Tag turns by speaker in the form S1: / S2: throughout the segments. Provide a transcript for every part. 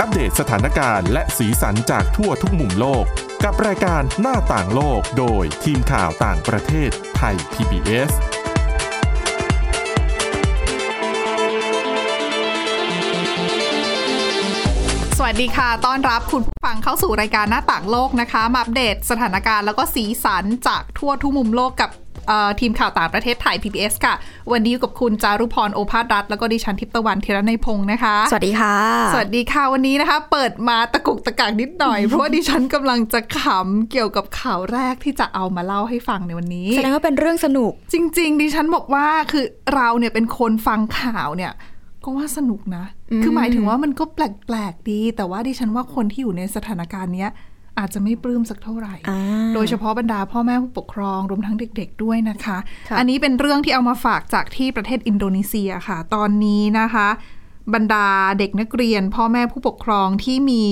S1: อัปเดตสถานการณ์และสีสันจากทั่วทุกมุมโลก กับรายการหน้าต่างโลกโดยทีมข่าวต่างประเทศไทย PBS
S2: สวัสดีค่ะ ต้อนรับคุณผู้ฟังเข้าสู่รายการหน้าต่างโลกนะคะ มาอัปเดตสถานการณ์แล้วก็สีสันจากทั่วทุกมุมโลกกับเอ่อทีมข่าวต่างประเทศไทย PBS ค่ะ วันนี้อยู่กับคุณจารุพรโอภาสรัฐ แล้วก็ดิฉันทิพย์ตะวันเทระในยพงศ์นะคะ
S3: สวัสดีค่ะ
S2: สวัสดีค่ะวันนี้นะคะ เปิดมาตะกุกตะกักนิดหน่อย เพราะว่าดิฉันกำลังจะขำเกี่ยวกับข่าวแรกที่จะเอามาเล่าให้ฟังในวันนี้
S3: แสดงว่าเป็นเรื่องสนุก
S2: จริง ๆ ดิฉันบอกว่าคือเราเนี่ยเป็นคนฟังข่าวเนี่ย ก็ว่าสนุกนะ คือหมายถึงว่ามันก็แปลกๆดี แต่ว่าดิฉันว่าคนที่อยู่ในสถานการณ์เนี้ยอาจจะไม่ปลื้มสักเท่าไหร่
S3: อ่า
S2: โดยเฉพาะบรรดาพ่อแม่ผู้ปกครองรวมทั้งเด็ก ๆ ด้วยนะคะ
S3: ค่ะ
S2: อันนี้เป็นเรื่องที่เอามาฝากจากที่ประเทศอินโดนีเซียค่ะ ตอนนี้นะคะ บรรดาเด็กนักเรียน พ่อแม่ผู้ปกครองที่มี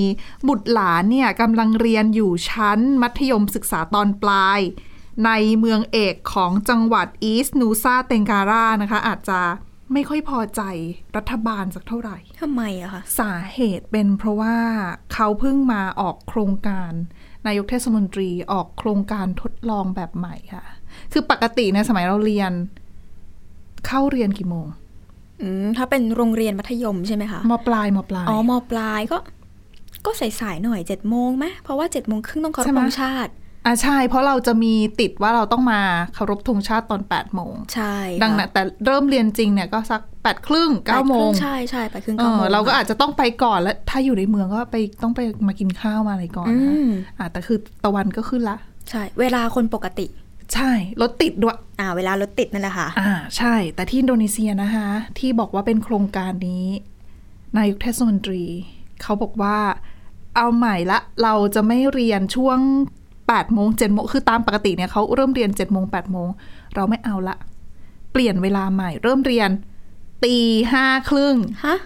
S2: บุตรหลานเนี่ยกำลังเรียนอยู่ชั้นมัธยมศึกษาตอนปลาย ในเมืองเอกของจังหวัดอีสต์นูซาเตงการานะคะ อาจจะไม่ค่อยพอใจรัฐบาลสักเท่าไหร่
S3: ทำไมอะคะ
S2: สาเหตุเป็นเพราะว่าเขาเพิ่งมาออกโครงการ นายกเทศมนตรีออกโครงการทดลองแบบใหม่ค่ะ คือปกติในยสมัยเราเรียน เข้าเรียนกี่โมง
S3: อืม ถ้าเป็นโรงเรียนมัธยมใช่ไหมคะ
S2: มปลายมปลาย
S3: อ๋อมปลายก็ ก็สายๆหน่อยเจ็ดโมงไหมเพราะว่าเจ็ดโมงครึ่งต้องเคาร
S2: ใช่
S3: พ
S2: ไหม
S3: ธงชาติ
S2: อ่ะใช่ เพราะเราจะมีติดว่าเราต้องมาเคารพธงชาติตอน8ปดโมง
S3: ใช่
S2: ดังนั้นแต่เริ่มเรียนจริงเนี่ยก็สัก8ปดครึ่ง
S3: แป
S2: เก้า
S3: ด
S2: โม
S3: ครึ่
S2: ง
S3: ใช่ใช่ไปดครึ่ง
S2: เอ
S3: เก้าโม
S2: อง เราก็อาจจะต้องไปก่อนและถ้าอยู่ในเมืองก็ไปต้องไปมากินข้าวมาอะไรก่อน
S3: อื
S2: นะ
S3: ม
S2: อ่ะแต่คือตะวันก็ขึ้นละ
S3: ใช่ เวลาคนปกติ
S2: ใช่รถติดด้วย
S3: อ่า เวลารถติดนั่นแหละค่ะ
S2: อ่าใช่ แต่ที่อินโดนีเซียนะคะ ที่บอกว่าเป็นโครงการนี้ นายกเทศมนตรี เขาบอกว่า เอาใหม่ละ เราจะไม่เรียนช่วง8โมง7โมงคือตามปกติเนี่ยเขาเริ่มเรียน7โมง8โมงเราไม่เอาละ เปลี่ยนเวลาใหม่ เริ่มเรียน ตีห้าครึ่ง
S3: ฮะ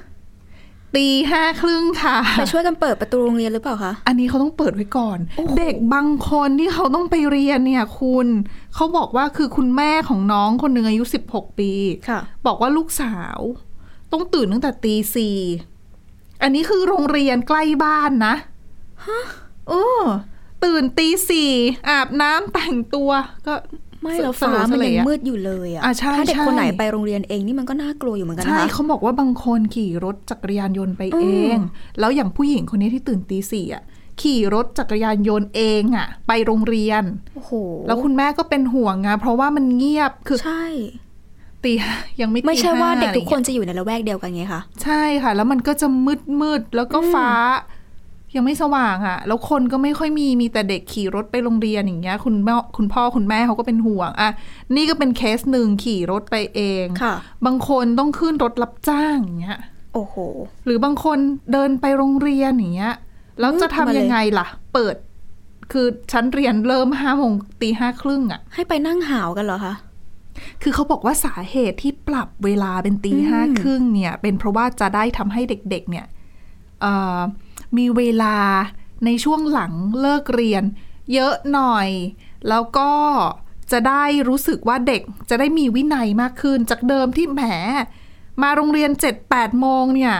S2: ตีห้าครึ่งค่ะ
S3: ไปช่วยกันเปิดประตูโรงเรียนหรือเปล่าคะ
S2: อันนี้เขาต้องเปิดไว้ก่อน
S3: โอ้โห
S2: เด็กบางคนที่เขาต้องไปเรียนเนี่ยคุณ เขาบอกว่าคือคุณแม่ของน้องคนหนึ่งอายุ 16 ปี
S3: ค่ะ
S2: บอกว่าลูกสาวต้องตื่นตั้งแต่ตีสี่อันนี้คือโรงเรียนใกล้บ้านนะเออตื่นตีสี่อาบน้ำแต่งตัว ก็
S3: ไม่
S2: ส
S3: เราฟ้า
S2: สลัว
S3: มัน
S2: สลั
S3: ยั
S2: ย
S3: ง
S2: อะ
S3: มืดอยู่เลยอะ
S2: อ่ะใช่
S3: ถ้าเด็ก
S2: ใช่
S3: คนไหนไปโรงเรียนเองนี่มันก็น่ากลัวอยู่เหมือนกันนะ
S2: ใช่
S3: คะ
S2: เขาบอกว่าบางคนขี่รถจักรยานยนต์ไปเอง แล้วอย่างผู้หญิงคนนี้ที่ตื่นตีสี่อ่ะ ขี่รถจักรยานยนต์เองอ่ะ ไปโรงเรียน
S3: โอ้โห
S2: แล้วคุณแม่ก็เป็นห่วงไงเพราะว่ามันเงียบคือ
S3: ใช่
S2: ตียังไม่ตี
S3: ไม่ใช่ว่า
S2: ห้
S3: เด็กทุกคน
S2: อะไรเงี้ย
S3: จะอยู่ในละแวกเดียวกันไงคะ
S2: ใช่ค่ะ แล้วมันก็จะมืดมืดๆแล้วก็
S3: อืม
S2: ฟ้า ยังไม่สว่างอ่ะ แล้วคนก็ไม่ค่อยมีมีแต่เด็กขี่รถไปโรงเรียนอย่างเงี้ย คุณแม่คุณพ่อคุณแม่เขาก็เป็นห่วงอ่ะนี่ก็เป็นเคสหนึ่งขี่รถไปเอง
S3: ค่ะ
S2: บางคนต้องขึ้นรถรับจ้างอย่างเงี้ย
S3: โอ้โห
S2: หรือบางคนเดินไปโรงเรียนอย่างเงี้ยแล้วจะทำยังไงล่ะ เปิด คือชั้นเรียนเริ่มห้าโมงตีห้าครึ่งอ่ะ
S3: ให้ไปนั่งหาวกันเหรอคะ
S2: คือเขาบอกว่าสาเหตุที่ปรับเวลาเป็นตี
S3: อืม
S2: ห้าครึ่งเนี่ย เป็นเพราะว่าจะได้ทำให้เด็กๆเนี่ยเอ่อมีเวลาในช่วงหลังเลิกเรียน เยอะหน่อย แล้วก็จะได้รู้สึกว่าเด็กจะได้มีวินัยมากขึ้น จากเดิมที่แหม มาโรงเรียน 7-8โมงเนี่ย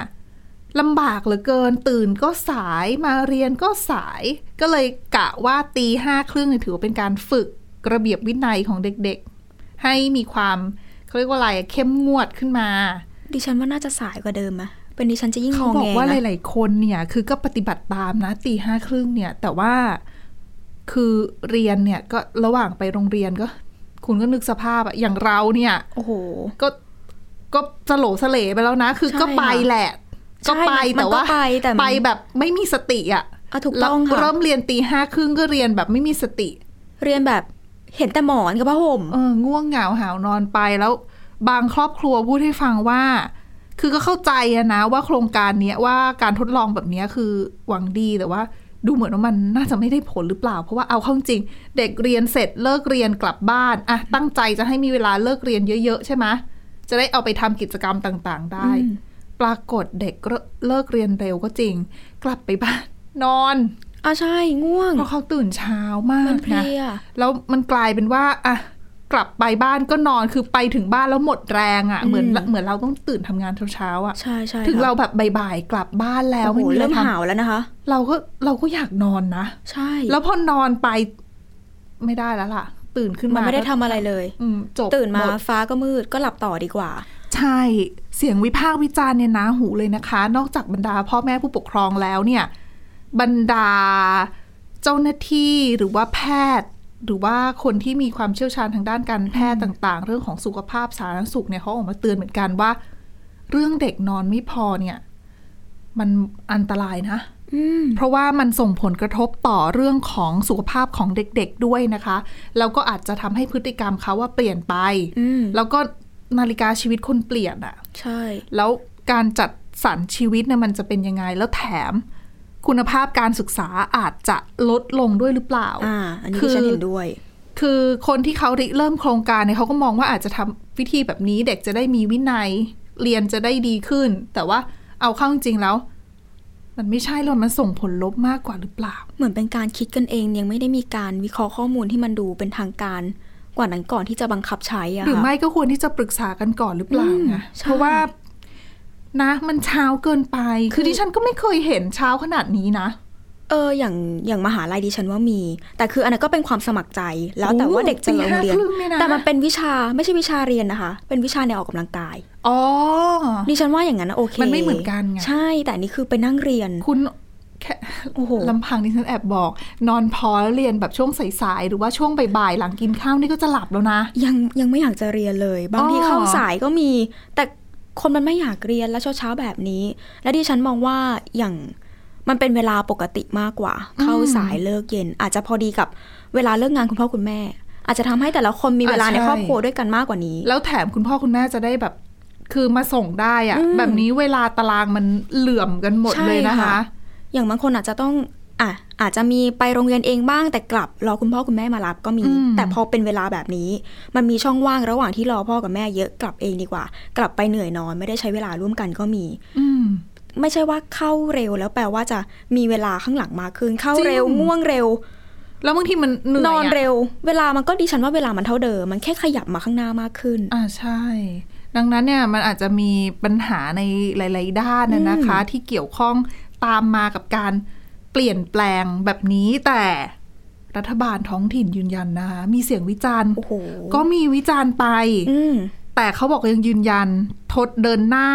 S2: ลำบากเหลือเกินตื่นก็สายมาเรียนก็สาย ก็เลยกะว่าตีห้าครึ่งเนี่ยถือว่าเป็นการฝึกระเบียบวินัยของเด็กๆ ให้มีความเขาเรียกว่าอะไรอะเข้มงวดขึ้นมา
S3: ดิฉันว่าน่าจะสายกว่าเดิมไหมเป็นดิฉันจะยิ่งง
S2: เขา
S3: อง
S2: บอก
S3: แง
S2: ว่าห
S3: นะ
S2: ลาย ๆ คนเนี่ยคือก็ปฏิบัติตามนะตีห้าครึ่งเนี่ย แต่ว่าคือเรียนเนี่ยก็ระหว่างไปโรงเรียนก็ คุณก็นึกสภาพอะอย่างเราเนี่ย
S3: โอ้โห
S2: ก็ก็สโหลสเลไปแล้วนะ คือ
S3: ใช่
S2: ก็ไปแหละ
S3: ใช่
S2: ก็ไป
S3: มัน
S2: แต่
S3: ก็
S2: ว่า
S3: ไปแต่มัน
S2: ไปแบบไม่มีสติอ่ะ
S3: เอาถูก
S2: แล้ว
S3: ต้องค่ะ
S2: เริ่มเรียนตีห้าครึ่งก็เรียนแบบไม่มีสติ
S3: เรียนแบบเห็นแต่หมอนกับผ้าห่ม
S2: เออง่วงเหงาหาวนอนไปแล้ว บางครอบครัวพูดให้ฟังว่า คือก็เข้าใจอะนะว่าโครงการเนี้ยว่าการทดลองแบบเนี้ยคือหวังดีแต่ว่า ดูเหมือนว่ามันน่าจะไม่ได้ผลหรือเปล่า เพราะว่าเอาเข้าจริง เด็กเรียนเสร็จเลิกเรียนกลับบ้านอะตั้งใจจะให้มีเวลาเลิกเรียนเยอะๆใช่ไหมจะได้เอาไปทำกิจกรรมต่างๆได้
S3: อืม
S2: ปรากฏเด็กก็เลิกเรียนเร็วก็จริง กลับไปบ้าน นอน
S3: อ่ะใช่ง่วง
S2: เพราะเขาตื่นเช้ามาก
S3: มันเพลี
S2: นะ
S3: ย
S2: แล้วมันกลายเป็นว่าอะ กลับไปบ้านก็นอนคือไปถึงบ้านแล้วหมดแรงอะ่ะเหมือน
S3: อืม
S2: เหมือนเราต้องตื่นทำงานเช้าๆอะ่ะ
S3: ใช่ใช่
S2: ถึง
S3: ค่ะ
S2: เราแบบบ่ายๆกลับบ้านแล้ว
S3: โอ้โห
S2: ไม่มีอะ
S3: เริ่ม
S2: ไรท
S3: หาวแล้วนะคะ
S2: ำเราก็เราก็อยากนอนนะ
S3: ใช่
S2: แล้วพอนอนไปไม่ได้แล้วล่ะ ตื่นขึ้นมา
S3: มั
S2: นม
S3: ไม่ได้ทำอะไรเลย
S2: อืมจบ
S3: ตื่นมา
S2: หด
S3: ฟ้าก็มืดก็หลับต่อดีกว่า
S2: ใช่เสียงวิพากษ์วิจารณ์เนี่ยนะหูเลยนะคะ นอกจากบรรดาพ่อแม่ผู้ปกครองแล้วเนี่ย บรรดาเจ้าหน้าที่หรือว่าแพทย์ หรือว่าคนที่มีความเชี่ยวชาญทางด้านการแพทย์ต่าง ๆ เรื่องของสุขภาพสาธารณสุขเนี่ยเขาออกมาเตือนเหมือนกันว่า เรื่องเด็กนอนไม่พอเนี่ย มันอันตรายนะ
S3: อืม
S2: เพราะว่ามันส่งผลกระทบต่อเรื่องของสุขภาพของเด็กๆด้วยนะคะ แล้วก็อาจจะทำให้พฤติกรรมเขาว่าเปลี่ยนไป
S3: อืม
S2: แล้วก็นาฬิกาชีวิตคนเปลี่ยนอะ
S3: ใช่
S2: แล้วการจัดสรรชีวิตเนี่ยมันจะเป็นยังไง แล้วแถม คุณภาพการศึกษาอาจจะลดลงด้วยหรือเปล่า
S3: อ่า อันนี้
S2: คือ
S3: ดิฉันเห็นด้วย
S2: คือคนที่เขาริเริ่มโครงการเนี่ยเขาก็มองว่าอาจจะทำวิธีแบบนี้เด็กจะได้มีวินัย เรียนจะได้ดีขึ้น แต่ว่าเอาเข้าจริงๆแล้ว มันไม่ใช่หรอกมันส่งผลลบมากกว่าหรือเปล่า
S3: เหมือนเป็นการคิดกันเองยังไม่ได้มีการวิเคราะห์ข้อมูลที่มันดูเป็นทางการ กว่านั้นก่อนที่จะบังคับใช้อะ
S2: หรือ
S3: ค่ะ
S2: ไม่ก็ควรที่จะปรึกษากันก่อนหรือเปล่า
S3: อืม
S2: นะ
S3: ใช่
S2: เพราะว่านะมันเช้าเกินไป
S3: คื
S2: คือ
S3: อ
S2: ดิฉันก็ไม่เคยเห็นเช้าขนาดนี้นะ
S3: เอออย่างอย่างมหาลัยดิฉันว่ามี แต่คืออันนั้นก็เป็นความสมัครใจ แล้วแต่
S2: โอ้
S3: ว่าเด็กจะลงเรียน
S2: ตีห้าครึ่งเนี่ยนะ
S3: แต่มันเป็นวิชาไม่ใช่วิชาเรียนนะคะ เป็นวิชาในวออกกำลังกาย
S2: อ๋อ
S3: ดิฉันว่าอย่างนั้นนะโอเค
S2: มันไม่เหมือนกันไง
S3: ใช่ แต่อันนี่คือไปนั่งเรียน
S2: คุณแค่
S3: โอ้โห
S2: ลำพังดิฉันแอบบอก นอนพอแล้วเรียนแบบช่วงสายๆ หรือว่าช่วงบ่ายๆ หลังกินข้าวนี่ก็จะหลับแล้วนะ
S3: ยังยังไม่อยากจะเรียนเลย บางที
S2: อ๋อ
S3: เข้าสายก็มี แต่คนมันไม่อยากเรียนแล้วเช้าๆแบบนี้ และดิฉันมองว่าอย่างมันเป็นเวลาปกติมากกว่า เข้าสายเลิกเย็น อาจจะพอดีกับเวลาเลิกงานคุณพ่อคุณแม่ อาจจะทำให้แต่ละคนมีเวลาในครอบครัวด้วยกันมากกว่านี้
S2: แล้วแถมคุณพ่อคุณแม่จะได้แบบ คือมาส่งได้อะ
S3: อืม
S2: แบบนี้เวลาตารางมันเหลื่อมกันหมด
S3: ใช่
S2: เลยนะคะ
S3: ค่ะ อย่างบางคนอาจจะต้องอ่ะอาจจะมีไปโรงเรียนเองบ้างแต่กลับรอคุณพ่อคุณแม่มารับก็มี
S2: อืม
S3: แต่พอเป็นเวลาแบบนี้ มันมีช่องว่างระหว่างที่รอพ่อกับแม่เยอะกลับเองดีกว่า กลับไปเหนื่อยนอนไม่ได้ใช้เวลาร่วมกันก็มี
S2: อืม
S3: ไม่ใช่ว่าเข้าเร็วแล้วแปลว่าจะมีเวลาข้างหลังมากขึ้นเข้าเร็ว
S2: จริง
S3: ง่วงเร็ว
S2: แล้วบางทีมันเหนื่อย
S3: นอน
S2: อะ
S3: เร็ว เวลามันก็ดิฉันว่าเวลามันเท่าเดิม มันแค่ขยับมาข้างหน้ามากขึ้น
S2: อ่าใช่ ดังนั้นเนี่ยมันอาจจะมีปัญหาในหลาย ๆ ด้านนะนะคะ ที่เกี่ยวข้องตามมากับการเปลี่ยนแปลงแบบนี้แต่รัฐบาลท้องถิ่นยืนยันนะคะมีเสียงวิจารณ์
S3: โอ้โห
S2: ก็มีวิจารณ์ไป
S3: อืม
S2: แต่เขาบอกยังยืนยันทดเดินหน้า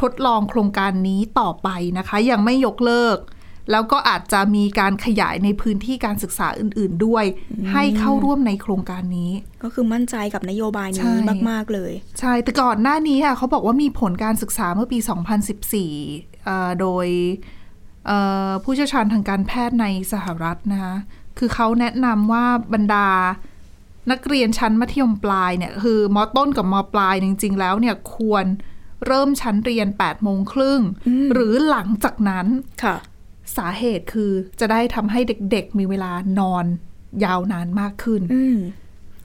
S2: ทดลองโครงการนี้ต่อไปนะคะ ยังไม่ยกเลิก แล้วก็อาจจะมีการขยายในพื้นที่การศึกษาอื่น ๆ ด้วย ให้เข้าร่วมในโครงการนี้
S3: ก็คือมั่นใจกับนโยบาย
S2: ใช่
S3: นี้มาก ๆ เลย
S2: ใช่ แต่ก่อนหน้านี้อ่ะเขาบอกว่ามีผลการศึกษาเมื่อปี 2014เอ่อโดยเอ่อผู้เชี่ยวชาญทางการแพทย์ในสหรัฐนะคะ คือเขาแนะนำว่าบรรดานักเรียนชั้นมัธยมปลายเนี่ย คือมอต้นกับมอปลายเนี่ยจริง ๆ แล้วเนี่ยควรเริ่มชั้นเรียน8โมงครึ่ง
S3: อืม
S2: หรือหลังจากนั้น
S3: ค่ะ
S2: สาเหตุคือจะได้ทำให้เด็กๆ มีเวลานอนยาวนานมากขึ้น
S3: อืม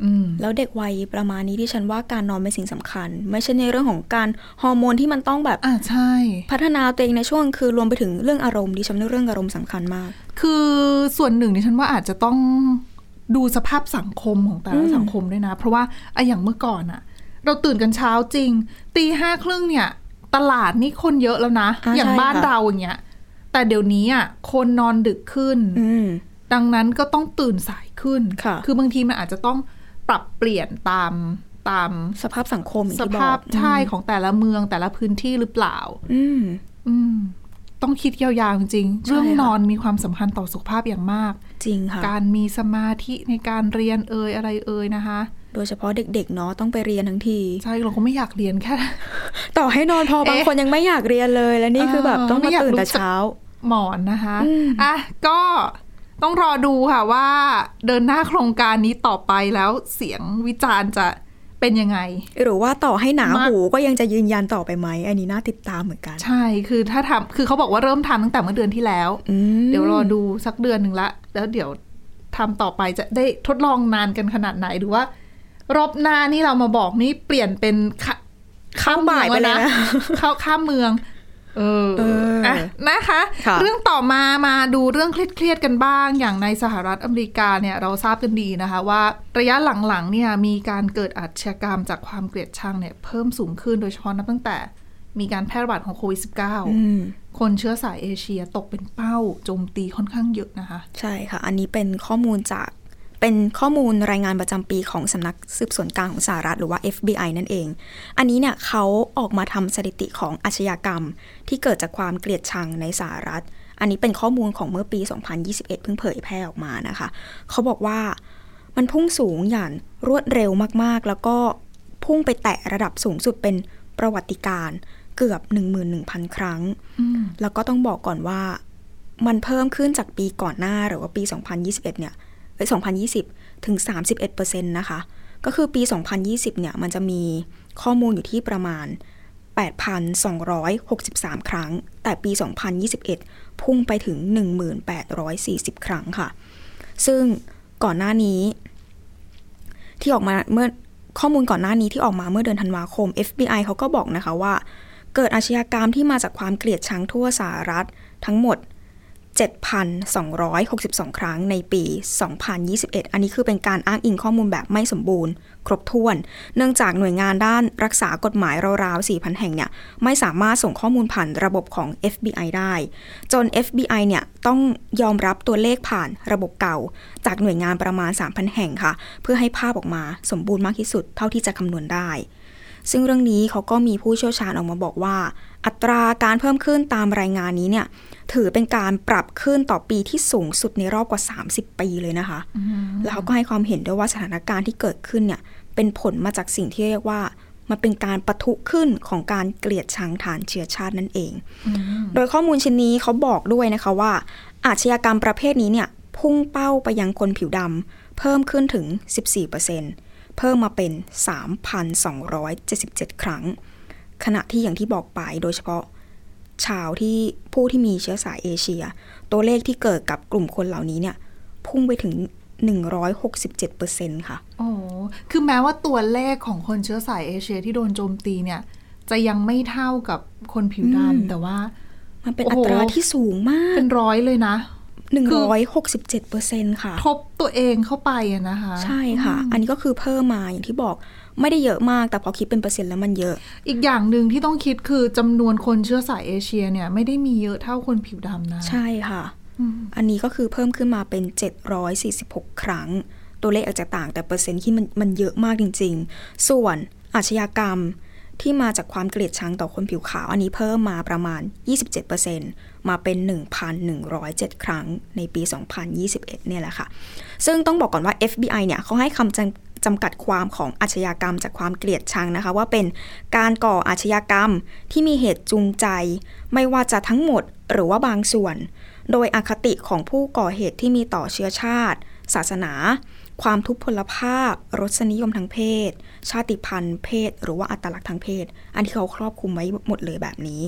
S2: อืม
S3: แล้วเด็กวัยประมาณนี้ที่ฉันว่าการนอนเป็นสิ่งสำคัญ ไม่ใช่ในเรื่องของการฮอร์โมนที่มันต้องแบบ
S2: อ่าใช่
S3: พัฒนาตัวเองในช่วงคือรวมไปถึงเรื่องอารมณ์ดิฉันว่าเรื่องอารมณ์สำคัญมาก
S2: คือส่วนหนึ่งดิฉันว่าอาจจะต้องดูสภาพสังคมของแต่ละ
S3: อืม
S2: สังคมด้วยนะ เพราะว่าไอะอย่างเมื่อก่อนอะเราตื่นกันเช้าจริง ตีห้าครึ่งเนี่ย ตลาดนี่คนเยอะแล้วนะ อย่างบ้านเราอย่างเงี้ยแต่เดี๋ยวนี้อะคนนอนดึกขึ้น
S3: อืม
S2: ดังนั้นก็ต้องตื่นสายขึ้น
S3: ค่ะ
S2: อบางทีมันอาจจะต้องปรับเปลี่ยนตามตาม
S3: สภาพสังคมอย่ง
S2: ส
S3: ที่บอก
S2: ภาพใช่ของแต่ละเมืองแต่ละพื้นที่หรือเปล่า
S3: อืม
S2: อืม ต้องคิดยาวๆจริงๆ
S3: ใช่
S2: เรื่อง
S3: ค่ะ
S2: นอนมีความสำคัญต่อสุขภาพอย่างมาก
S3: จริงค่ะ
S2: การมีสมาธิในการเรียนเอ่ยอะไรเอ่ยนะคะ
S3: โดยเฉพาะเด็กๆเนาะต้องไปเรียนทั้งที
S2: ใช่เราก็ไม่อยากเรียนแค่
S3: ต่อให้นอนพอบาง
S2: เอ๊ะ
S3: คนยังไม่อยากเรียนเลยและนี่คือแบบ
S2: เออ
S3: ต้อง
S2: ไม่
S3: มา
S2: อยาก
S3: ตื่นแต่
S2: ลุกจาก
S3: เช้า
S2: หมอนนะคะ
S3: อืม
S2: อ่ะก็ต้องรอดูค่ะว่า เดินหน้าโครงการนี้ต่อไปแล้วเสียงวิจารณ์จะเป็นยังไง
S3: หรือว่าต่อให้หนาม
S2: มาก
S3: หูก็ยังจะยืนยันต่อไปไหมอันนี้น่าติดตามเหมือนกัน
S2: ใช่คือถ้าทำคือเขาบอกว่าเริ่มทำตั้งแต่เมื่อเดือนที่แล้ว
S3: อืม
S2: เดี๋ยวรอดูสักเดือนหนึ่งละ แล้วเดี๋ยวทำต่อไปจะได้ทดลองนานกันขนาดไหนหรือว่า รอบหน้านี่เรามาบอกนี่เปลี่ยนเป็นขข้าม
S3: บ่ายไป
S2: มืองแว
S3: เลยนะ
S2: เข้าข้ามเมือง เออ
S3: เอออ่
S2: อ่ะ นะคะ
S3: ค่ะ
S2: เรื่องต่อมามาดูเรื่องเครียดๆกันบ้าง อย่างในสหรัฐอเมริกาเนี่ยเราทราบกันดีนะคะว่าระยะหลังๆเนี่ยมีการเกิดอาชญากรรมจากความเกลียดชังเนี่ยเพิ่มสูงขึ้นโดยเฉพาะนับตั้งแต่มีการแพร่ระบาดของโควิด
S3: อืม
S2: -19 คนเชื้อสายเอเชียตกเป็นเป้าโจมตีค่อนข้างเยอะนะคะ
S3: ใช่ค่ะ อันนี้เป็นข้อมูลจากเป็นข้อมูลรายงานประจำปีของสำนักสืบสวนกลางของสหรัฐหรือว่า FBI นั่นเอง อันนี้เนี่ยเขาออกมาทำสถิติของอาชญากรรม ที่เกิดจากความเกลียดชังในสหรัฐ อันนี้เป็นข้อมูลของเมื่อปี 2021 เพิ่งเผยแพร่ออกมานะคะ เขาบอกว่ามันพุ่งสูงอย่างรวดเร็วมากๆ แล้วก็พุ่งไปแตะระดับสูงสุดเป็นประวัติการณ์เกือบ 11,000 ครั้ง แล้วก็ต้องบอกก่อนว่ามันเพิ่มขึ้นจากปีก่อนหน้าหรือว่าปี 2021 เนี่ยเอ้ย2020 ถึง 31%นะคะ ก็คือปี 2020 เนี่ย มันจะมีข้อมูลอยู่ที่ประมาณ 8,263 ครั้ง แต่ปี 2021 พุ่งไปถึง 1,840 ครั้งค่ะ ซึ่งก่อนหน้านี้ ที่ออกมาเมื่อข้อมูลก่อนหน้านี้ที่ออกมาเมื่อเดือนธันวาคม FBI เขาก็บอกนะคะว่า เกิดอาชญากรรมที่มาจากความเกลียดชังทั่วสหรัฐทั้งหมด 7,262 ครั้งในปี 2021 อันนี้คือเป็นการอ้างอิงข้อมูลแบบไม่สมบูรณ์ ครบถ้วน เนื่องจากหน่วยงานด้านรักษากฎหมายราวๆ 4,000 แห่งเนี่ย ไม่สามารถส่งข้อมูลผ่านระบบของ FBI ได้ จน FBI เนี่ย ต้องยอมรับตัวเลขผ่านระบบเก่า จากหน่วยงานประมาณ 3,000 แห่งค่ะ เพื่อให้ภาพออกมาสมบูรณ์มากที่สุดเท่าที่จะคำนวณได้ ซึ่งเรื่องนี้เขาก็มีผู้เชี่ยวชาญออกมาบอกว่า อัตราการเพิ่มขึ้นตามรายงานนี้เนี่ย ถือเป็นการปรับขึ้นต่อปีที่สูงสุดในรอบกว่า 30 ปีเลยนะคะ แล้วเขาก็ให้ความเห็นด้วยว่าสถานการณ์ที่เกิดขึ้นเนี่ย เป็นผลมาจากสิ่งที่เรียกว่า มันเป็นการปะทุขึ้นของการเกลียดชังฐานเชื้อชาตินั่นเอง โดยข้อมูลชิ้นนี้เขาบอกด้วยนะคะว่า อาชญากรรมประเภทนี้เนี่ย พุ่งเป้าไปยังคนผิวดำเพิ่มขึ้นถึง 14%เพิ่มมาเป็น 3,277 ครั้ง ขณะที่อย่างที่บอกไปโดยเฉพาะ ชาวที่ผู้ที่มีเชื้อสายเอเชีย ตัวเลขที่เกิดกับกลุ่มคนเหล่านี้เนี่ย พุ่งไปถึง 167%ค่ะ
S2: โอ้คือแม้ว่าตัวเลขของคนเชื้อสายเอเชียที่โดนโจมตีเนี่ย จะยังไม่เท่ากับคนผิว
S3: อืม
S2: ดำแต่ว่า
S3: มันเป็น
S2: โอ้
S3: อั
S2: โห
S3: ตราที่สูงมา
S2: เป็นร้อยเลยนะ
S3: ก 167%ค่ะ
S2: ทบตัวเองเข้าไปอะนะคะ
S3: ใช่ค่ะ อันนี้ก็คือเพิ่มมาอย่างที่บอกไม่ได้เยอะมาก แต่พอคิดเป็นเปอร์เซ็นต์แล้วมันเยอะ
S2: อีกอย่างหนึ่งที่ต้องคิดคือจำนวนคนเชื้อสายเอเชียเนี่ย ไม่ได้มีเยอะเท่าคนผิวดำนะ
S3: ใช่ค่ะ
S2: อืม
S3: อันนี้ก็คือเพิ่มขึ้นมาเป็น 746 ครั้ง ตัวเลขอาจจะต่างแต่เปอร์เซ็นต์ที่มันมันเยอะมากจริง ๆ ส่วนอาชญากรรมที่มาจากความเกลียดชังต่อคนผิวขาว อันนี้เพิ่มมาประมาณ 27%มาเป็น 1,107 ครั้งในปี 2021 เนี่ยแหละค่ะ ซึ่งต้องบอกก่อนว่า FBI เนี่ยเขาให้คำจำจำกัดความของอาชญากรรมจากความเกลียดชังนะคะ ว่าเป็นการก่ออาชญากรรมที่มีเหตุจูงใจ ไม่ว่าจะทั้งหมดหรือว่าบางส่วน โดยอคติของผู้ก่อเหตุที่มีต่อเชื้อชาติ ศาสนา ความทุพพลภาพ รสนิยมทางเพศ ชาติพันธุ์ เพศ หรือว่าอัตลักษณ์ทางเพศ อันที่เขาครอบคลุมไว้หมดเลยแบบนี้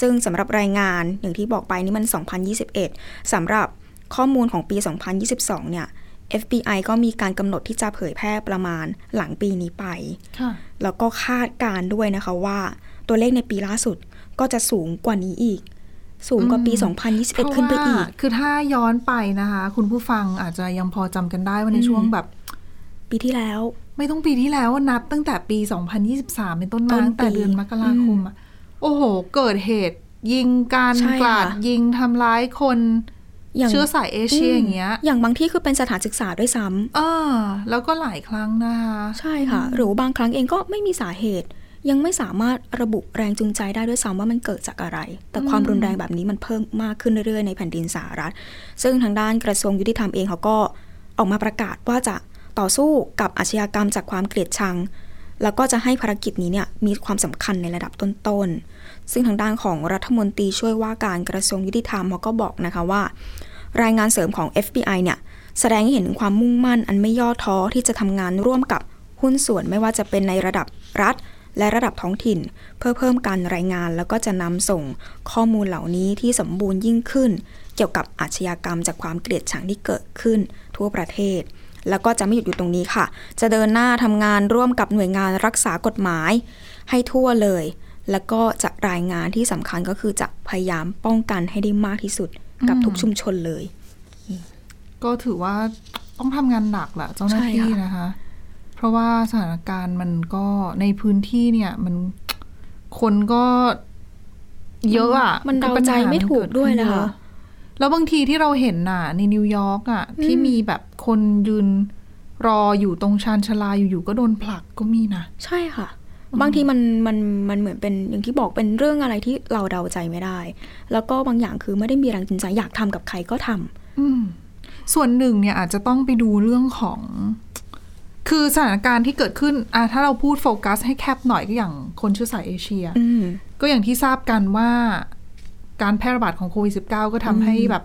S3: ซึ่งสำหรับรายงานอย่างที่บอกไปนี่มัน 2021 สำหรับข้อมูลของปี 2022 เนี่ย FBI ก็มีการกำหนดที่จะเผยแพร่ประมาณหลังปีนี้ไป
S2: ค่ะ
S3: แล้วก็คาดการณ์ด้วยนะคะว่า ตัวเลขในปีล่าสุดก็จะสูงกว่านี้อีก สูงกว่าปี 2021 ขึ้นไปอี
S2: เพ
S3: ก
S2: ราะว่าคือถ้าย้อนไปนะคะ คุณผู้ฟังอาจจะยังพอจำกันได้ว่าในช่วงแบบ
S3: ปีที่แล้ว
S2: ไม่ต้องปีที่แล้วนับตั้งแต่ปี 2023 เป็นต้นมา
S3: ต้นปี
S2: ตั้งแต่เดือนมกราคมอะโอ้โห เกิดเหตุ ยิงการ
S3: ใช่ค่ะ
S2: กลาดยิงทำร้ายคนเชื้อสายเอเชียอย่างเงี้ย
S3: มอย่างบางที่คือเป็นสถานศึกษาด้วยซ้ำ
S2: เออแล้วก็หลายครั้งนะคะ
S3: ใช่ค่ะ หรือว่าบางครั้งเองก็ไม่มีสาเหตุ ยังไม่สามารถระบุแรงจูงใจได้ด้วยซ้ำว่ามันเกิดจากอะไร แต่ความรุนแรงแบบนี้มันเพิ่มมากขึ้นเรื่อยๆในแผ่นดินสหรัฐ ซึ่งทางด้านกระทรวงยุติธรรมเองเขาก็ออกมาประกาศว่าจะต่อสู้กับอาชญากรรมจากความเกลียดชัง แล้วก็จะให้ภารกิจนี้เนี่ยมีความสำคัญในระดับต้นๆ ซึ่งทางด้านของรัฐมนตรีช่วยว่าการกระทรวงยุติธรรมเขาก็บอกนะคะว่า รายงานเสริมของ FBI เนี่ย แสดงให้เห็นถึงความมุ่งมั่นอันไม่ย่อท้อที่จะทำงานร่วมกับหุ้นส่วนไม่ว่าจะเป็นในระดับรัฐ และระดับท้องถิ่น เพื่อเพิ่มการรายงานแล้วก็จะนำส่งข้อมูลเหล่านี้ที่สมบูรณ์ยิ่งขึ้น เกี่ยวกับอาชญากรรมจากความเกลียดชังที่เกิดขึ้นทั่วประเทศ แล้วก็จะไม่หยุดอยู่ตรงนี้ค่ะ จะเดินหน้าทำงานร่วมกับหน่วยงานรักษากฎหมาย ให้ทั่วเลย แล้วก็จะรายงานที่สำคัญก็คือจะพยายามป้องกันให้ได้มากที่สุดกับทุกชุมชนเลย
S2: ก็ถือว่าต้องทำงานหนักแหละเจ้าหน้า
S3: ใช่
S2: ที่
S3: ค่ะ
S2: นะคะ เพราะว่าสถานการณ์มันก็ในพื้นที่เนี่ยมันคนก็เยอะอ่ะ
S3: มันเดาใจไม่ถูกด้วยนะคะ
S2: แล้วบางทีที่เราเห็นน่ะในนิวยอร์กอ่ะที่มีแบบคนยืนรออยู่ตรงชานชาลาอยู่ๆก็โดนผลักก็มีนะ
S3: ใช่ค่ะ บางทีมันมันมันเหมือนเป็นอย่างที่บอกเป็นเรื่องอะไรที่เราเดาใจไม่ได้ แล้วก็บางอย่างคือไม่ได้มีแรงจูงใจอยากทำกับใครก็ทำ
S2: อืมส่วนหนึ่งเนี่ยอาจจะต้องไปดูเรื่องของ คือสถานการณ์ที่เกิดขึ้นอ่ะถ้าเราพูดโฟกัสให้แคบหน่อยก็อย่างคนเชื้อสายเอเชีย
S3: อืม
S2: ก็อย่างที่ทราบกันว่าการแพร่ระบาดของโควิด -19 ก็ทำให้แบบ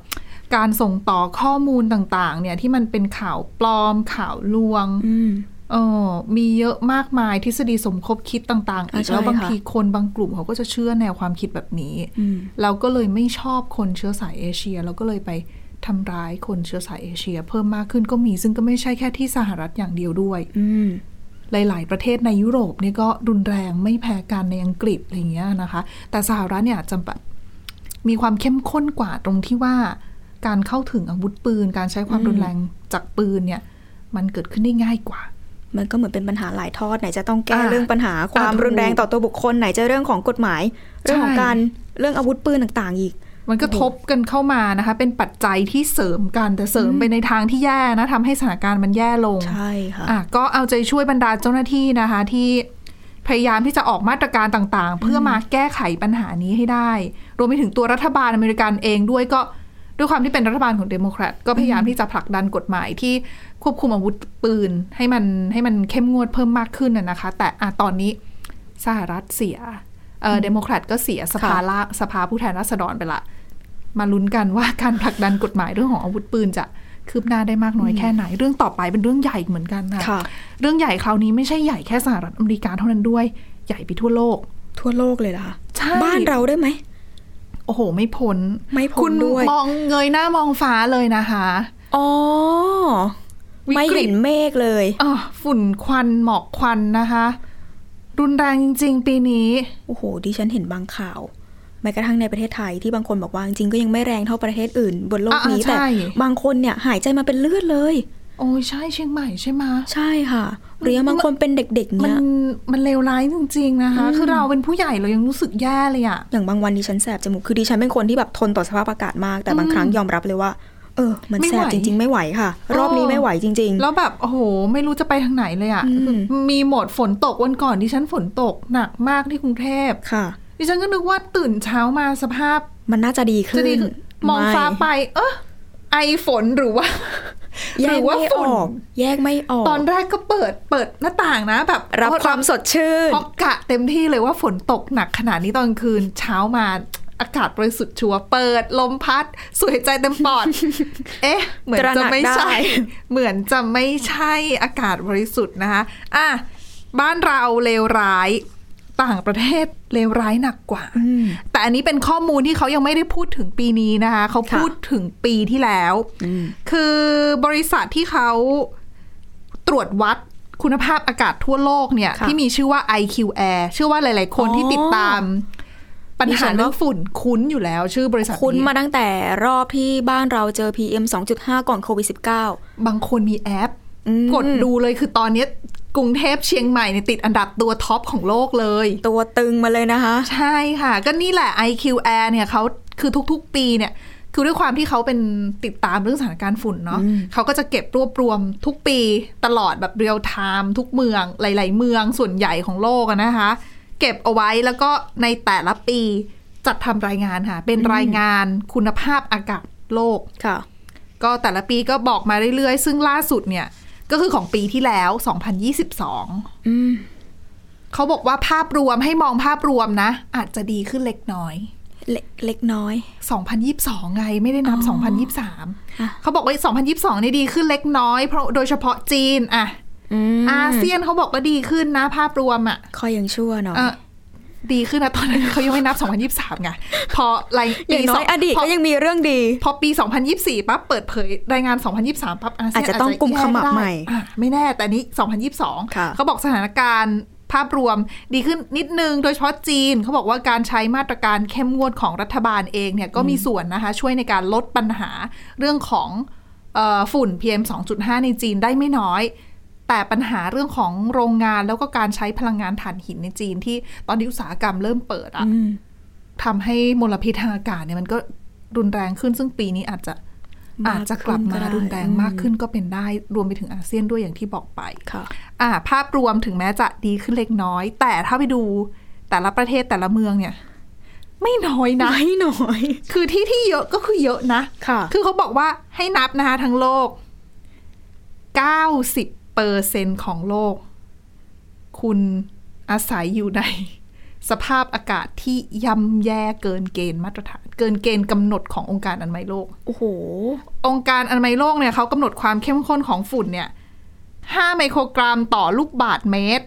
S2: การส่งต่อข้อมูลต่างๆ เนี่ยที่มันเป็นข่าวปลอมข่าวลวง
S3: อืม
S2: เออมีเยอะมากมายทฤษฎีสมคบคิดต่างๆอีก
S3: อ่ะใช่
S2: แล้วบาง
S3: ค่ะ
S2: ทีคนบางกลุ่มเขาก็จะเชื่อแนวความคิดแบบนี้
S3: อืม
S2: เราก็เลยไม่ชอบคนเชื้อสายเอเชีย แล้วก็เลยไปทำร้ายคนเชื้อสายเอเชีย เพิ่มมากขึ้นก็มี ซึ่งก็ไม่ใช่แค่ที่สหรัฐอย่างเดียวด้วย
S3: อืม
S2: หลาย ๆ ประเทศในยุโรปเนี่ยก็รุนแรงไม่แพ้กันในอังกฤษอะไรอย่างเงี้ยนะคะ แต่สหรัฐเนี่ยอาจจะแบบมีความเข้มข้นกว่าตรงที่ว่า การเข้าถึงอาวุธปืน การใช้ความรุนแรงจากปืนเนี่ย มันเกิดขึ้นได้ง่ายกว่า
S3: มันก็เหมือนเป็นปัญหาหลายทอดไหนจะต้องแก้
S2: อ่ะ
S3: เรื่องปัญหาความ
S2: อ่ะถูก
S3: รุนแรงต่อตัวบุคคลไหนจะเรื่องของกฎหมาย เรื่องของ
S2: ใช่
S3: การเรื่องอาวุธปืนต่างๆ อีก
S2: มันก็ทบกันเข้ามานะคะ เป็นปัจจัยที่เสริมกันแต่เสริมไปในทางที่แย่นะทำให้สถานการณ์มันแย่ลง
S3: ใช่ค่ะ
S2: อ่ะก็เอาใจช่วยบรรดาเจ้าหน้าที่นะคะ ที่พยายามที่จะออกมาตรการต่างๆ เพื่อมาแก้ไขปัญหานี้ให้ได้ รวมไปถึงตัวรัฐบาลอเมริกันเองด้วยก็ด้วยความที่เป็นรัฐบาลของเดโมแครตก็พยายามที่จะผลักดันกฎหมายที่ควบคุมอาวุธปืนให้มันให้มันเข้มงวดเพิ่มมากขึ้นนะนะคะ แต่อ่ะตอนนี้สหรัฐเสียเออเดโมแครตก็เสียสภา
S3: ค่ะ
S2: ละสภาผู้แทนราษฎรไปละ มาลุ้นกันว่าการผลักดันกฎหมายเรื่องของอาวุธปืนจะคืบหน้าได้มากน้อยแค่ไหน เรื่องต่อไปเป็นเรื่องใหญ่เหมือนกันค่ะ
S3: ค่ะ
S2: เรื่องใหญ่คราวนี้ไม่ใช่ใหญ่แค่สหรัฐอเมริกาเท่านั้นด้วย ใหญ่ไปทั่วโลก
S3: ทั่วโลกเลยนะคะ
S2: ใช่
S3: บ้านเราได้ไหม
S2: โอ้โห ไม่พ้น
S3: ไม่พ้น
S2: คุณ
S3: ด้วย
S2: มองเงยหน้ามองฟ้าเลยนะคะ
S3: อ๋อ ไม่เห็นเมฆเลย
S2: อ่ะฝุ่นควันหมอกควันนะคะ รุนแรงจริง ๆ ปีนี้
S3: โอ้โห ดิฉันเห็นบางข่าวแม้กระทั่งในประเทศไทยที่บางคนบอกว่าจริงๆก็ยังไม่แรงเท่าประเทศอื่น บนโลก
S2: อ่า
S3: นี้
S2: ใช่
S3: แต่บางคนเนี่ยหายใจมาเป็นเลือดเลย
S2: โอ้ยใช่เชียงใหม่ใช่ไหมะ
S3: ใช่ค่ะหรือบางคนเป็นเด็กๆ
S2: มั
S3: เนี่
S2: น
S3: ย
S2: มันเลวร้ายจริง ๆ นะคะ
S3: อืม
S2: คือเราเป็นผู้ใหญ่เรายังรู้สึกแย่เลยอะ
S3: อย่างบางวันดิฉันแสบจมูกคือดิฉันเป็นคนที่แบบทนต่อสภาพอากาศมากแต่บางครั้งยอมรับเลยว่า เออ มัน
S2: ไม่
S3: แส
S2: ไหว
S3: บจริง ๆ ไม่ไหวค่ะ รอบนี้
S2: เออ
S3: ไม่ไหวจริง
S2: แล้วแบบโอ้โห ไม่รู้จะไปทางไหนเลยอะ
S3: อืม
S2: มีโหมดฝนตกวันก่อนดิฉันฝนตกหนักมากที่กรุงเทพ
S3: ๆ ค่ะ
S2: ดิฉันก็นึกว่าตื่นเช้ามาสภาพ
S3: มันน่าจะดีขึ้
S2: จะ
S3: น
S2: ดีขึ้นมองฟ้าไป เออไอฝนหรือว่า
S3: แย
S2: หรื
S3: ก
S2: อว่า
S3: ไม่
S2: ฝุ่
S3: อน อก แยกไม่ออก
S2: ตอนแรกก็เปิดเปิดหน้าต่างนะ แบบ
S3: รับความสดชื่น
S2: เพราะกะเต็มที่เลยว่าฝนตกหนักขนาดนี้ตอนกลางคืน เช้ามาอากาศบริสุทธิ์ชัวร์เปิดลมพัดสูดหายใจเต็มป อด เอ๊ะ เหมือน
S3: ตระห
S2: จะ
S3: นัก
S2: ไม่
S3: ได้
S2: ใช่ เหมือนจะไม่ใช่อากาศบริสุทธิ์นะคะอ่ะบ้านเราเลวร้ายต่างประเทศเลวร้ายหนักกว่า
S3: อืม
S2: แต่อันนี้เป็นข้อมูลที่เขายังไม่ได้พูดถึงปีนี้นะคะ เขา
S3: ค่ะ
S2: พูดถึงปีที่แล้ว
S3: อืม
S2: คือบริษัทที่เขาตรวจวัดคุณภาพอากาศทั่วโลกเนี่ย
S3: ค่ะ
S2: ที่มีชื่อว่า IQ Air เชื่อว่าหลาย ๆ คน
S3: อ๋อ
S2: ที่ติดตาม ปัญ
S3: ดิฉั
S2: หาน
S3: ว่า
S2: เรื่องฝุ่นคุ้นอยู่แล้ว ชื่อบริษัท
S3: คุ้น
S2: นี้
S3: มาตั้งแต่รอบที่บ้านเราเจอ PM 2.5 ก่อนโควิด -19
S2: บางคนมีแอป
S3: อืม
S2: กดดูเลยคือตอนเนี้ยกรุงเทพเชียงใหม่เนี่ยติดอันดับตัวท็อปของโลกเลย
S3: ตัวตึงมาเลยนะคะ
S2: ใช่ค่ะ ก็นี่แหละ IQ Air เนี่ยเขาคือทุกๆ ปีเนี่ย คือด้วยความที่เขาเป็นติดตามเรื่องสถานการณ์ฝุ่นเนาะเขาก็จะเก็บรวบรวมทุกปีตลอดแบบเรียลไทม์ทุกเมือง หลาย ๆ เมืองส่วนใหญ่ของโลกอะนะคะ เก็บเอาไว้แล้วก็ในแต่ละปีจัดทำรายงานค่ะ เป็นรายงานคุณภาพอากาศโลก
S3: ค่ะ
S2: ก็แต่ละปีก็บอกมาเรื่อยๆ ซึ่งล่าสุดเนี่ย ก็คือของปีที่แล้ว 2022
S3: อืม
S2: เขาบอกว่าภาพรวมให้มองภาพรวมนะ อาจจะดีขึ้นเล็กน้อย
S3: เล็กเล็กน้อย
S2: 2022 ไงไม่ได้นับ
S3: ค่ะ
S2: 2023 เขาบอกว่า 2022เนี่ยดีขึ้นเล็กน้อยเพราะโดยเฉพาะจีนอะ
S3: อืม
S2: อาเซียนเขาบอกว่าดีขึ้นนะ ภาพรวมอะ
S3: คอยยังชั่วหน่อย
S2: เอ่อดีขึ้นนะตอนนั้นเขายังไม่นับ 2023ไงพอราย
S3: อย่างน้อย
S2: ปีสง
S3: อดีต
S2: พ
S3: ก็ยังมีเรื่องดี
S2: พอปี 2024ปั๊บเปิดเผยรายงาน 2023ปั๊บอาเซียน
S3: อาจจะต้องกุมขมั
S2: อาจ
S3: บ
S2: จะแย่ได้
S3: ใหม่
S2: อ่ะไม่แน่แต่นี้
S3: ค่ะ
S2: 2022 เขาบอกสถานการณ์ ภาพรวมดีขึ้นนิดนึง โดยเฉพาะจีนเขาบอกว่าการใช้มาตรการเข้มงวดของรัฐบาลเองเนี่ยก็มีส่วนนะคะ ช่วยในการลดปัญหาเรื่องของเออฝุ่น PM 2.5 ในจีนได้ไม่น้อย แต่ปัญหาเรื่องของโรงงานแล้วก็การใช้พลังงานถ่านหินในจีนที่ตอนนี้อุตสาหกรรมเริ่มเปิดอะ
S3: อืม
S2: ทำให้มลพิษทางอากาศเนี่ยมันก็รุนแรงขึ้นซึ่งปีนี้อาจจะ
S3: มาก
S2: อาจจะกลับมาน
S3: ขึ้ก็ได้
S2: รุนแรงมากขึ้นก็เป็นได้รวมไปถึงอาเซียนด้วยอย่างที่บอกไป
S3: ค่ะ
S2: อ่าภาพรวมถึงแม้จะดีขึ้นเล็กน้อย แต่ถ้าไปดูแต่ละประเทศแต่ละเมืองเนี่ย ไม่น้อยนะ
S3: น้อยหน่อย
S2: คือที่ที่เยอะก็คือเยอะนะ
S3: ค่ะ
S2: คือเขาบอกว่าให้นับนะคะทั้งโลก 90เปอร์เซ็นของโลก คุณอาศัยอยู่ใน สภาพอากาศที่ย่ำแย่เกินเกณฑ์มาตรฐาน เกินเกณฑ์กำหนดขององค์การอนามัยโลก
S3: โอ้โห
S2: องค์การอนามัยโลกเนี่ยเขากำหนดความเข้มข้นของฝุ่นเนี่ย 5 ไมโครกรัมต่อลูกบาทเมตร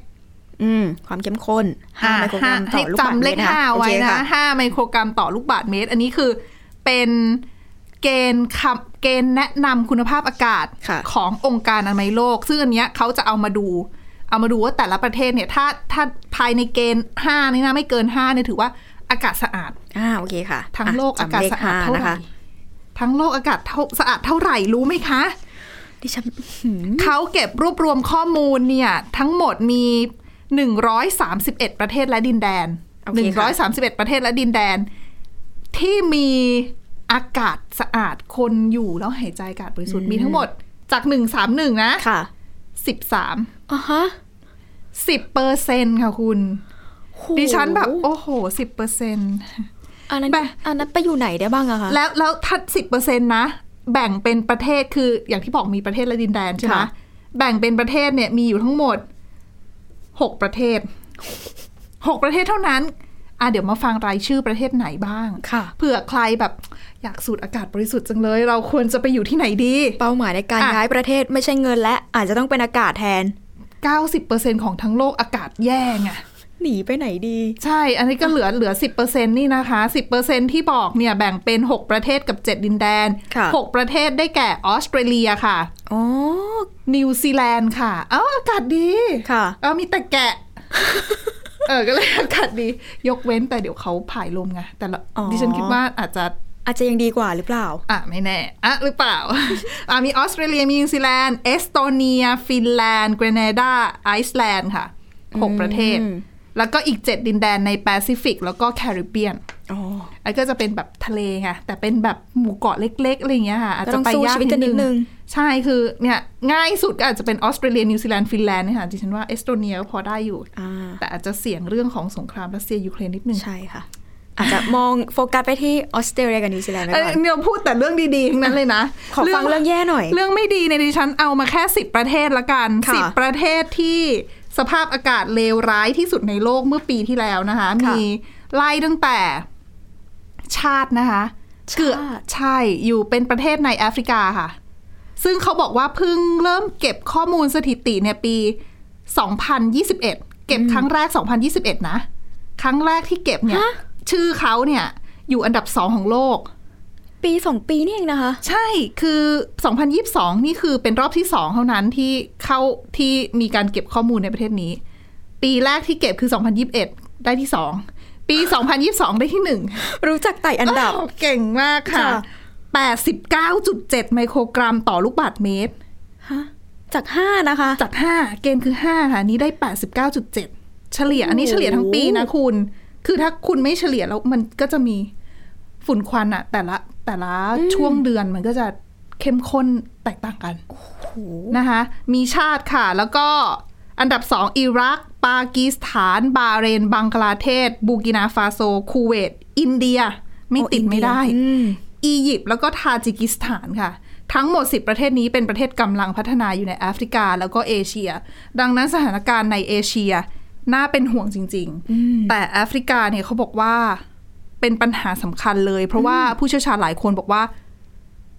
S3: อืม ความเข้มข้นห้า
S2: อ่ะ
S3: ไมโครกรัมต่
S2: ให้
S3: อลูกบาศก์
S2: จำเลข
S3: มตร
S2: ห้า
S3: โอ
S2: ไว้
S3: เค
S2: นะ
S3: ค่
S2: ห้าไมโครกรัมต่อลูกบาทเมตร อันนี้คือเป็นเกณฑ์คำเกณฑ์แนะนำคุณภาพอากาศ
S3: ค่ะ
S2: ขององค์การอนามัยโลก ซึ่งอันเนี้ยเขาจะเอามาดู เอามาดูว่าแต่ละประเทศเนี่ยถ้าถ้าภายในเกณฑ์5นี่นะไม่เกิน5เนี่ยถือว่าอากาศสะอาด
S3: อ่าโอเคค่ะ
S2: ทั้ง
S3: ะ
S2: โลก
S3: จำ
S2: อากาศ
S3: เลข
S2: สะอาด
S3: ห้
S2: เท่า
S3: นะ
S2: ไหร่
S3: คะ
S2: ทั้งโลกอากาศเท่าสะอาดเท่าไหร่รู้ไหมคะ
S3: ดิฉัน
S2: เขาเก็บรวบรวมข้อมูลเนี่ย ทั้งหมดมี 131 ประเทศและดินแดน
S3: โอเคค่
S2: 131 ประเทศและดินแดน ที่มีอากาศสะอาดคนอยู่แล้วหายใจอากาศบริสุทธิ์มีทั้งหมดจาก 131 นะ
S3: ค่ะ
S2: 13
S3: อ่ะฮะ
S2: สิบเปอร์เซ็นค่ะคุณ
S3: โห
S2: ดิฉันแบบโอ้โหสิบเปอร์เซ็น
S3: อันนั้น
S2: แบบ
S3: อันนั้นไปอยู่ไหนได้บ้างอะคะ
S2: แล้วแล้วถ้าสิบเปอร์เซ็นนะ แบ่งเป็นประเทศคืออย่างที่บอกมีประเทศและดินแดนใช่ไหม
S3: ค่ะ
S2: แบ่งเป็นประเทศเนี่ยมีอยู่ทั้งหมดหกประเทศหกประเทศเท่านั้น อ่ะเดี๋ยวมาฟังรายชื่อประเทศไหนบ้าง
S3: ค่ะ
S2: เผื่อใครแบบอยากสูดอากาศบริสุทธิ์จังเลย เราควรจะไปอยู่ที่ไหนดี
S3: เป้าหมายในการ
S2: อ่ะ
S3: ย้ายประเทศไม่ใช่เงินและ อาจจะต้องเป็นอากาศแทน
S2: 90%ของทั้งโลกอากาศแย่ไง
S3: หนีไปไหนดี
S2: ใช่ อันนี้ก็เหลือเหลือ 10%นี่นะคะ 10%ที่บอกเนี่ยแบ่งเป็น 6 ประเทศกับ 7 ดินแดน
S3: ค่ะ
S2: 6 ประเทศได้แก่ออสเตรเลียค่ะ
S3: อ๋อ
S2: นิวซีแลนด์ค่ะ เอ้าอากาศดี
S3: ค่ะ
S2: เอ้ามีแต่ แกะ เออ ก็เลยอากาศดี ยกเว้นแต่เดี๋ยวเขาผายลมไง แต่ละ
S3: อ๋อ
S2: ดิฉันคิดว่าอาจจะ
S3: อาจจะยังดีกว่าหรือเปล่า
S2: อ่ะ ไม่แน่ อ่ะ หรือเปล่า อ่ะ มีออสเตรเลีย มีนิวซีแลนด์ เอสโตเนีย ฟินแลนด์ เกรเนดา ไอซ์แลนด์ค่ะหกประเทศ
S3: อืม
S2: แล้วก็อีก 7 ดินแดนในแปซิฟิก แล้วก็แคริบเบียน
S3: อ๋อ
S2: อันก็จะเป็นแบบทะเลไงแต่เป็นแบบหมู่เกาะเล็กๆอะไรอย่างเงี้ยค่ะอาจ
S3: ก็
S2: จะ
S3: ต้อง
S2: ไป
S3: สู้
S2: ยาก
S3: ชีวิตกันนิดนึง
S2: ใช่คือเนี่ยง่ายสุดก็อาจจะเป็นออสเตรเลียนิวซีแลนด์ฟินแลนด์เนี่ยค่ะดิฉันว่าเอสโตเนียก็พอได้อยู่
S3: อ่า
S2: แต่อาจจะเสี่ยงเรื่องของสงครามรัสเซียยูเครนนิดนึง
S3: ใช่ค่ะ อาจจะมองโฟกัสไปที่ออสเตรเลียกับนิวซีแลนด์ไป
S2: เอ้ย
S3: ก่อน
S2: เนี่ยพูดแต่เรื่องดีๆทั้งนั้นเลยนะ
S3: ขอฟังเรื่องแย่หน่อย
S2: เรื่องไม่ดีในยดิฉันเอามาแค่ 10 ประเทศละกัน
S3: ค่ะ
S2: สิบประเทศที่สภาพอากาศเลวร้ายที่สุดในโลกเมื่อปีที่แล้วนะคะ
S3: ค่ะ
S2: มีไล่ตั้งแต่ชาตินะคะ
S3: ชาติ
S2: เกือบใช่อยู่เป็นประเทศในแอฟริกาค่ะ ซึ่งเขาบอกว่าเพิ่งเริ่มเก็บข้อมูลสถิติเนี่ยปี 2021 เก็บครั้งแรก 2021 นะ ครั้งแรกที่เก็บเนี่ย ชื่อเขาเนี่ยอยู่อันดับสองของโลก
S3: ปีสองปีนี่เองนะคะ
S2: ใช่คือ 2022 นี่คือเป็นรอบที่ 2 เท่านั้นที่เข้าที่มีการเก็บข้อมูลในประเทศนี้ ปีแรกที่เก็บคือ 2021 ได้ที่ 2 ปี 2022 ได้ที่ 1
S3: รู้จักไต่อันดับ
S2: โเก่ง มากค่ะ
S3: ค่ะ
S2: 89.7 ไมโครกรัมต่อลูกบาศก์เมตร
S3: ฮะจากห้านะคะ
S2: จาก 5 เกณฑ์คือ 5 ค่ะ นี้ได้ 89.7 เฉลี่ย อันนี้
S3: โอ้
S2: เฉ
S3: โห
S2: ลี่ยทั้งปีนะคุณ คือถ้าคุณไม่เฉลี่ยแล้วมันก็จะมีฝุ่นควันอะแต่ละแต่ละช่วงเดือนมันก็จะเข้มข้นแตกต่างกันนะคะ มีชาติค่ะ แล้วก็อันดับ 2 อิรัก ปากีสถาน บาห์เรน บังกลาเทศ บูกินาฟาโซ คูเวต อินเดีย ไม่ติดไม่ได้
S3: อืม
S2: อียิปต์แล้วก็ทาจิกิสถานค่ะ ทั้งหมด 10 ประเทศนี้เป็นประเทศกำลังพัฒนาอยู่ในแอฟริกาแล้วก็เอเชีย ดังนั้นสถานการณ์ในเอเชีย น่าเป็นห่วงจริง ๆ แต่แอฟริกาเนี่ยเขาบอกว่าเป็นปัญหาสำคัญเลย เพราะว่าผู้เชี่ยวชาญหลายคนบอกว่า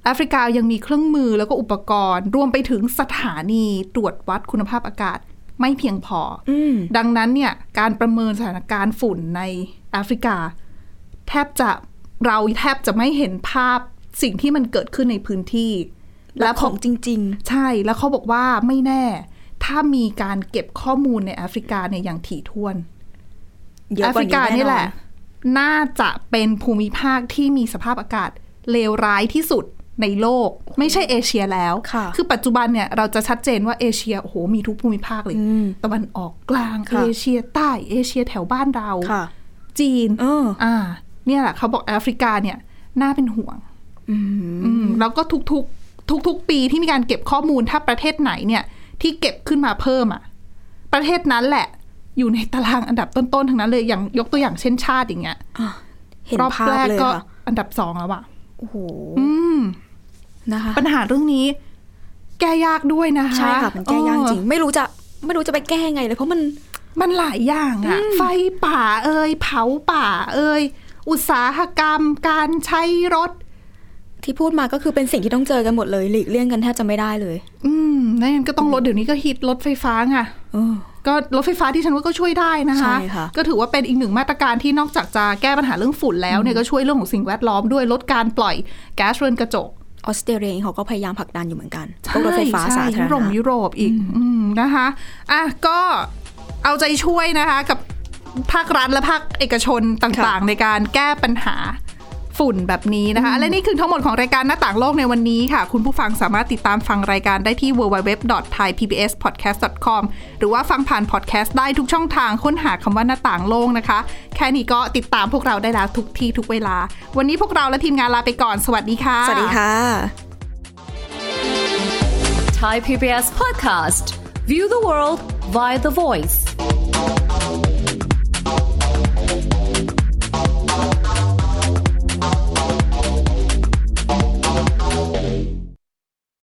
S2: แอฟริกายังมีเครื่องมือแล้วก็อุปกรณ์ รวมไปถึงสถานีตรวจวัดคุณภาพอากาศไม่เพียงพออ
S3: ม
S2: ดังนั้นเนี่ยการประเมินสถานการณ์ฝุ่นในแอฟริกา แทบจะเราแทบจะไม่เห็นภาพสิ่งที่มันเกิดขึ้นในพื้นที่
S3: และของจริง
S2: ใช่ แล้วเขาบอกว่าไม่แน่ ถ ถ้ามีการเก็บข้อมูลในแอฟริกาเนี่ยอย่างถี่ถ้วน
S3: เยอะ
S2: แอก
S3: ว่า
S2: ฟริกา
S3: นี้
S2: นี่
S3: แน่นอน
S2: แหละ น่าจะเป็นภูมิภาคที่มีสภาพอากาศเลวร้ายที่สุดในโลก ไม่ใช่เอเชียแล้ว
S3: ค่ะ
S2: อปัจจุบันเนี่ยเราจะชัดเจนว่าเอเชียโอ้โหมีทุกภูมิภาคเลย
S3: อืม
S2: ตะวันออกกลาง
S3: ค่ะ
S2: เอเชียใต้เอเชียแถวบ้านเรา
S3: ค่ะ
S2: จีน
S3: เออ
S2: อ่า เนี่ยแหละเขาบอกแอฟริกาเนี่ยน่าเป็นห่วง
S3: อืม
S2: อืมแล้วก็ทุกๆ ทุกๆ ปีที่มีการเก็บข้อมูลถ้าประเทศไหนเนี่ย ที่เก็บขึ้นมาเพิ่มอ่ะ ประเทศนั้นแหละ อยู่ในตารางอันดับต้นๆทั้งนั้นเลยอย่างยกตัวอย่างเช่นชาติอย่างเงี้ย
S3: เห็น
S2: รอบ
S3: ภาพ
S2: แรก
S3: เลย
S2: ก็
S3: ค่ะ
S2: อันดับสองแล้วอ่ะ
S3: โอ้โห
S2: อืม
S3: นะคะ
S2: ปัญหาเรื่องนี้ แก้ยากด้วยนะคะ
S3: ใช่ค่ะ มันแก้ยากจริง
S2: เอ
S3: ไม่รู้จะ ไม่รู้จะไปแก้ยังไงเลย เพราะมัน
S2: อมันหลายอย่างอ่ะ ไฟป่าเอ่ยเผาป่าเอ่ยอุตสาหกรรม การใช้รถ
S3: ที่พูดมาก็คือเป็นสิ่งที่ต้องเจอกันหมดเลย หลีกเลี่ยงกันแทบจะไม่ได้เลย
S2: อืมนั่นก็ต้องรถเดี๋ยวนี้ก็ฮิตรถไฟฟ้าไง
S3: เออ
S2: ก็รถไฟฟ้าที่ฉันว่าก็ช่วยได้นะคะ
S3: ใช่ค่ะ
S2: ก็ถือว่าเป็นอีกหนึ่งมาตรการที่นอกจากจะแก้ปัญหาเรื่องฝุ่นแล้วเนี่ยก็ช่วยเรื่องของสิ่งแวดล้อมด้วยลดการปล่อยแก๊สเรือนกระจก
S3: ออสเตรเลียเองเขาก็พยายามผลักดันอยู่เหมือนกันพวกรถไฟฟ้าสา
S2: ใช่
S3: ธาร
S2: ยุโรป
S3: ณะ
S2: ยุโรปอีกอืมนะคะอ่ะก็เอาใจช่วยนะคะกับภาครัฐและภาคเอกชนต่างๆ ในการแก้ปัญหาฝุ่นแบบนี้นะคะ และนี่คือทั้งหมดของรายการหน้าต่างโลกในวันนี้ค่ะ คุณผู้ฟังสามารถติดตามฟังรายการได้ที่ www.thaipbspodcast.com หรือว่าฟังผ่านพอดแคสต์ได้ทุกช่องทางค้นหาคำว่าหน้าต่างโลกนะคะ แค่นี้ก็ติดตามพวกเราได้แล้วทุกที่ทุกเวลา วันนี้พวกเราและทีมงานลาไปก่อน สวัสดีค่ะ
S3: สวัสดีค่ะ
S4: Thai PBS podcast. View the world via the voice.